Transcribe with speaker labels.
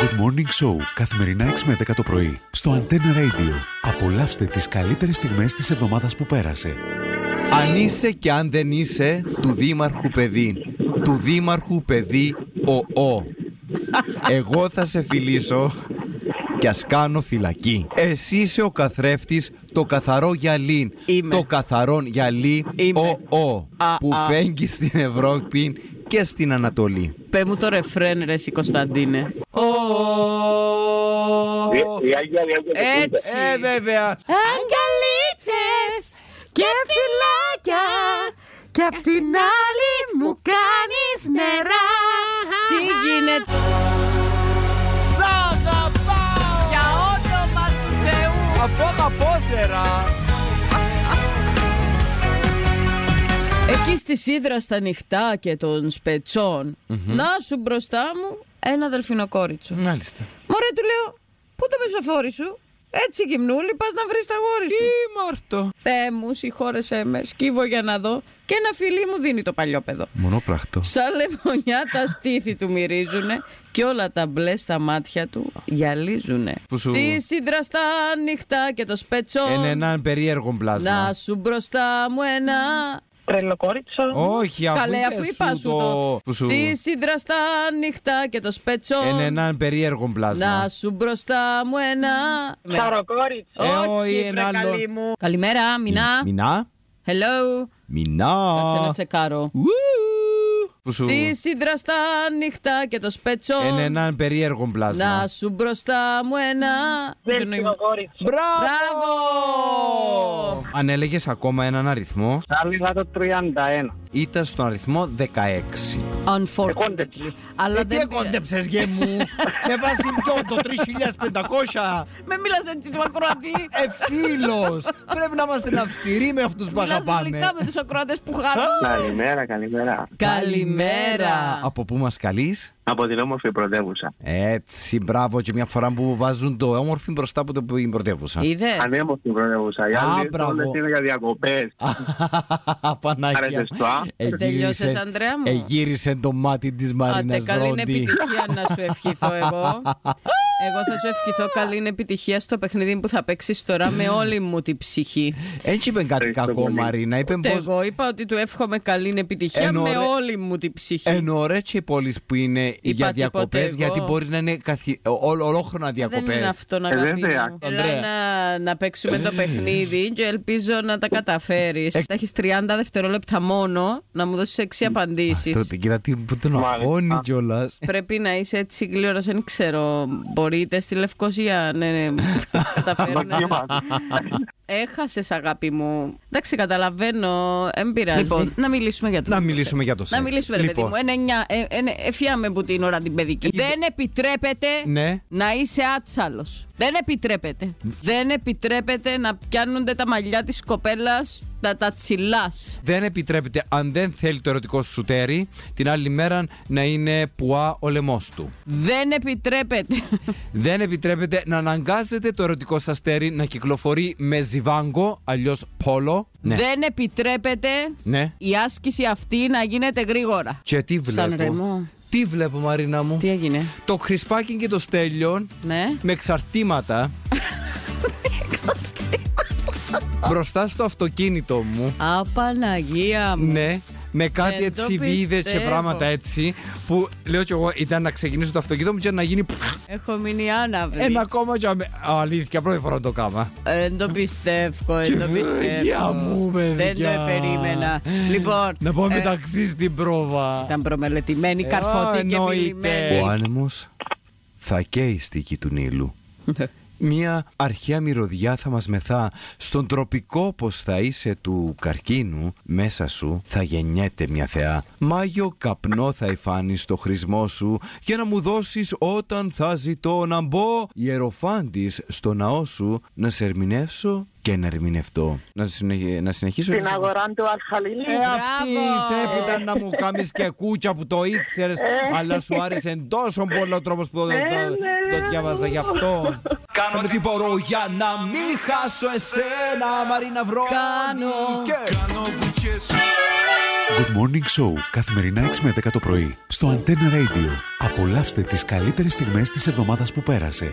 Speaker 1: Good Morning Show καθημερινά 6 με 10 το πρωί στο Antenna Radio. Απολαύστε τις καλύτερες στιγμές της εβδομάδας που πέρασε.
Speaker 2: Αν είσαι και αν δεν είσαι του Δήμαρχου παιδί. Του Δήμαρχου παιδί ο ο. Εγώ θα σε φιλήσω κι ας κάνω φυλακή. Εσύ είσαι ο καθρέφτης, το καθαρό γυαλί.
Speaker 3: Είμαι.
Speaker 2: Το καθαρόν γυαλί
Speaker 3: Είμαι.
Speaker 2: ο ο.
Speaker 3: Α,
Speaker 2: Που
Speaker 3: α.
Speaker 2: φέγγει στην Ευρώπη και στην Ανατολή.
Speaker 3: Πε μου το ρεφρέν ρε εσύ Κωνσταντίνε. Ο,
Speaker 4: Η- η Άγια Διαγέννη.
Speaker 3: Έτσι.
Speaker 2: Ε, βέβαια.
Speaker 5: Αγκαλίτσες και φυλάκια και απ' την άλλη μου κάνεις νερά
Speaker 3: Τι γίνεται. Για όνομα του Θεού. Εκεί στη σίδρα στα νυχτά και των σπετσων να σου μπροστά μου ένα δελφινοκόριτσο.
Speaker 2: Μάλιστα.
Speaker 3: Μωρέ του λέω, πού το μισοφόρι σου. Έτσι γυμνούλη, πας να βρεις τα γόρι σου.
Speaker 2: Μόρτο.
Speaker 3: Θεέ μου, συγχώρεσέ με, σκύβω για να δω και ένα φιλί μου δίνει το παλιό παιδό.
Speaker 2: Μονοπράχτο.
Speaker 3: Σαν λεμονιά τα στήθη του μυρίζουνε και όλα τα μπλε στα μάτια του γυαλίζουνε.
Speaker 2: Που σου-
Speaker 3: Στη σύντρα στα νύχτα και το σπέτσο
Speaker 2: Εν έναν περίεργο πλάσμα.
Speaker 3: να σου μπροστά μου ένα...
Speaker 6: Τρελοκόριτσο.
Speaker 2: Όχι, αφού,
Speaker 3: Καλέ,
Speaker 2: είπες
Speaker 3: αφού είπα σου το.
Speaker 2: που σου-
Speaker 3: Στη σύντρα στα νύχτα και το σπέτσο
Speaker 2: Εν έναν περίεργο πλάσμα.
Speaker 3: να σου μπροστά μου ένα...
Speaker 6: Σαροκόριτσο.
Speaker 2: Ε, όχι,
Speaker 3: Όχι, βρε,
Speaker 2: ένα άλλο.
Speaker 3: καλή μου. Καλημέρα, Μινά.
Speaker 2: Μινά.
Speaker 3: Hello.
Speaker 2: Μινά.
Speaker 3: Κάτσε να τσεκάρω.
Speaker 2: Ου. Που σου-
Speaker 3: Στη σύντρα στα νύχτα και το σπέτσο
Speaker 2: Εν έναν περίεργο πλάσμα.
Speaker 3: Να σου μπροστά μου ένα
Speaker 6: Δελφινοκόριτσο.
Speaker 3: Μπράβο
Speaker 2: Αν έλεγες ακόμα έναν αριθμό,
Speaker 4: Άλληλα το 31.
Speaker 2: ήταν στον αριθμό 16.
Speaker 3: Unfortunately
Speaker 2: Ε,
Speaker 3: Αλλά δεν πειράζει.
Speaker 2: γε μου, με βάση ποιον το 3500.
Speaker 3: Με μίλας έτσι του ακροατή
Speaker 2: Ε, φίλος, πρέπει να είμαστε αυστηροί με αυτούς που
Speaker 3: Μιλάς γλυκά με τους ακροατές που χάνουν
Speaker 4: Καλημέρα, καλημέρα.
Speaker 3: Καλημέρα
Speaker 2: Από πού μας καλείς?
Speaker 4: Από την όμορφη πρωτεύουσα.
Speaker 2: Έτσι, μπράβο και μια φορά που βάζουν το όμορφη μπροστά από το που την πρωτεύουσα.
Speaker 3: Είδες
Speaker 4: Ανέμορφη πρωτεύουσα. Οι
Speaker 2: Α,
Speaker 4: άλλοι
Speaker 2: μπράβο.
Speaker 4: όλες είναι για διακοπές.
Speaker 2: Παναγία.
Speaker 4: Άρεσε στο Α.
Speaker 2: Ε,
Speaker 3: Τελειώσες, Ανδρέα μου?
Speaker 2: Εγύρισε ε, το μάτι της
Speaker 3: Άντε
Speaker 2: Μαρίνας
Speaker 3: καλή είναι
Speaker 2: Βρόντι.
Speaker 3: επιτυχία να σου ευχηθώ εγώ εγώ θα σου ευχηθώ καλή είναι επιτυχία στο παιχνίδι που θα παίξεις τώρα με όλη μου τη ψυχή.
Speaker 2: Έτσι είπε κάτι
Speaker 4: Ευχαριστώ
Speaker 2: κακό,
Speaker 4: πολύ.
Speaker 2: Μαρίνα. Είπε
Speaker 3: Ούτε
Speaker 2: πως
Speaker 3: εγώ είπα ότι του εύχομαι καλή είναι επιτυχία
Speaker 2: Ενώ,
Speaker 3: με
Speaker 2: ρε-
Speaker 3: όλη μου τη ψυχή.
Speaker 2: Ενώ ρε και οι πόλεις που είναι για
Speaker 3: τίποτε
Speaker 2: διακοπές,
Speaker 3: εγώ.
Speaker 2: γιατί μπορεί να είναι καθι... ο- ολόχρονα
Speaker 3: Δεν
Speaker 2: διακοπές.
Speaker 3: είναι αυτό να
Speaker 4: Ε,
Speaker 3: αγαπή
Speaker 4: βέβαια.
Speaker 3: μου.
Speaker 2: Ανδρέα.
Speaker 3: Έλα να, να παίξουμε το παιχνίδι και ελπίζω να τα καταφέρεις. Θα έχεις 30 δευτερόλεπτα μόνο να μου δώσεις 6 απαντήσεις.
Speaker 2: Τότε κοίτα τι που τον
Speaker 4: Μάλιστα.
Speaker 2: αγώνει κιόλας.
Speaker 3: Πρέπει να είσαι έτσι γλύωρος, δεν ξέρω. Μπορείτε στη Λευκοσία, ναι, ναι. καταφέρουν να- Έχασες αγάπη μου. Εντάξει, καταλαβαίνω, δεν πειράζει. Λοιπόν, να μιλήσουμε για το
Speaker 2: Να μιλήσουμε για το σεξ. Λοιπόν.
Speaker 3: Να μιλήσουμε, ρε παιδί μου. Ένα εννιά, ε, ε, ε, εφιάμε που την ώρα την παιδική. Δεν επιτρέπεται
Speaker 2: Ναι.
Speaker 3: να είσαι άτσαλος. Δεν επιτρέπεται. Δεν επιτρέπεται να πιάνονται τα μαλλιά της κοπέλας τα, τα τσιλάς.
Speaker 2: Δεν επιτρέπεται, αν δεν θέλει το ερωτικό σου τέρι, την άλλη μέρα να είναι πουά ο λαιμός του.
Speaker 3: Δεν επιτρέπεται.
Speaker 2: Δεν επιτρέπεται να αναγκάζεται το ερωτικό σας τέρι να κυκλοφορεί με ζιβάγκο, αλλιώς πόλο. Ναι.
Speaker 3: Δεν επιτρέπεται
Speaker 2: Ναι.
Speaker 3: η άσκηση αυτή να γίνεται γρήγορα.
Speaker 2: Και τι βλέπω.
Speaker 3: Σαν ρεμό.
Speaker 2: Τι βλέπω, Μαρίνα μου.
Speaker 3: Τι έγινε.
Speaker 2: Το χρυσπάκι και το στέλιον
Speaker 3: Ναι.
Speaker 2: με εξαρτήματα. μπροστά στο αυτοκίνητο μου.
Speaker 3: Απαναγία μου.
Speaker 2: Ναι, με κάτι
Speaker 3: Δεν το
Speaker 2: έτσι βίδε και
Speaker 3: πιστεύω.
Speaker 2: πράγματα έτσι που λέω κι εγώ ήταν να ξεκινήσω το αυτοκίνητο μου και να γίνει πφ,
Speaker 3: Έχω μείνει άναυδη.
Speaker 2: ένα ακόμα και αμε- αλήθεια πρώτη φορά το κάμα.
Speaker 3: Ε, Δεν το πιστεύω,
Speaker 2: Και
Speaker 3: δεν το
Speaker 2: παιδιά
Speaker 3: πιστεύω.
Speaker 2: μου,
Speaker 3: Δεν το
Speaker 2: παιδιά.
Speaker 3: περίμενα. Λοιπόν,
Speaker 2: Να πάμε
Speaker 3: ε,
Speaker 2: μεταξύ στην πρόβα.
Speaker 3: Ήταν προμελετημένη,
Speaker 2: Ε,
Speaker 3: καρφωτή και
Speaker 2: εννοείται. Ο
Speaker 3: μιλημένη.
Speaker 2: άνεμος θα καίει στη γη του Νείλου. Μία αρχαία μυρωδιά θα μας μεθά Στον τροπικό πως θα είσαι του καρκίνου Μέσα σου θα γεννιέται μια θεά Μάγιο καπνό θα υφάνεις το χρησμό σου Για να μου δώσεις όταν θα ζητώ να μπω Ιεροφάντης στο ναό σου Να σε ερμηνεύσω και να ερμηνευτώ Να, συνεχ- να συνεχίσω
Speaker 6: Στην αγορά του Αλχαλίλη.
Speaker 2: ε, αυτή σε έπειτα να μου κάνεις και κούτσα που το ήξερες, αλλά σου άρεσε τόσο πολύ ο τρόπος που το, το, το διάβαζα γι' αυτό. Κάνω τι μπορώ για να μην χάσω εσένα, Μαρίνα Βρόντι.
Speaker 3: Κάνω.
Speaker 2: Και...
Speaker 7: Κάνω βουτιές
Speaker 1: Good Morning Show, καθημερινά 6 με 10 το πρωί, στο Antenna Radio. Απολαύστε τις καλύτερες στιγμές της εβδομάδας που πέρασε.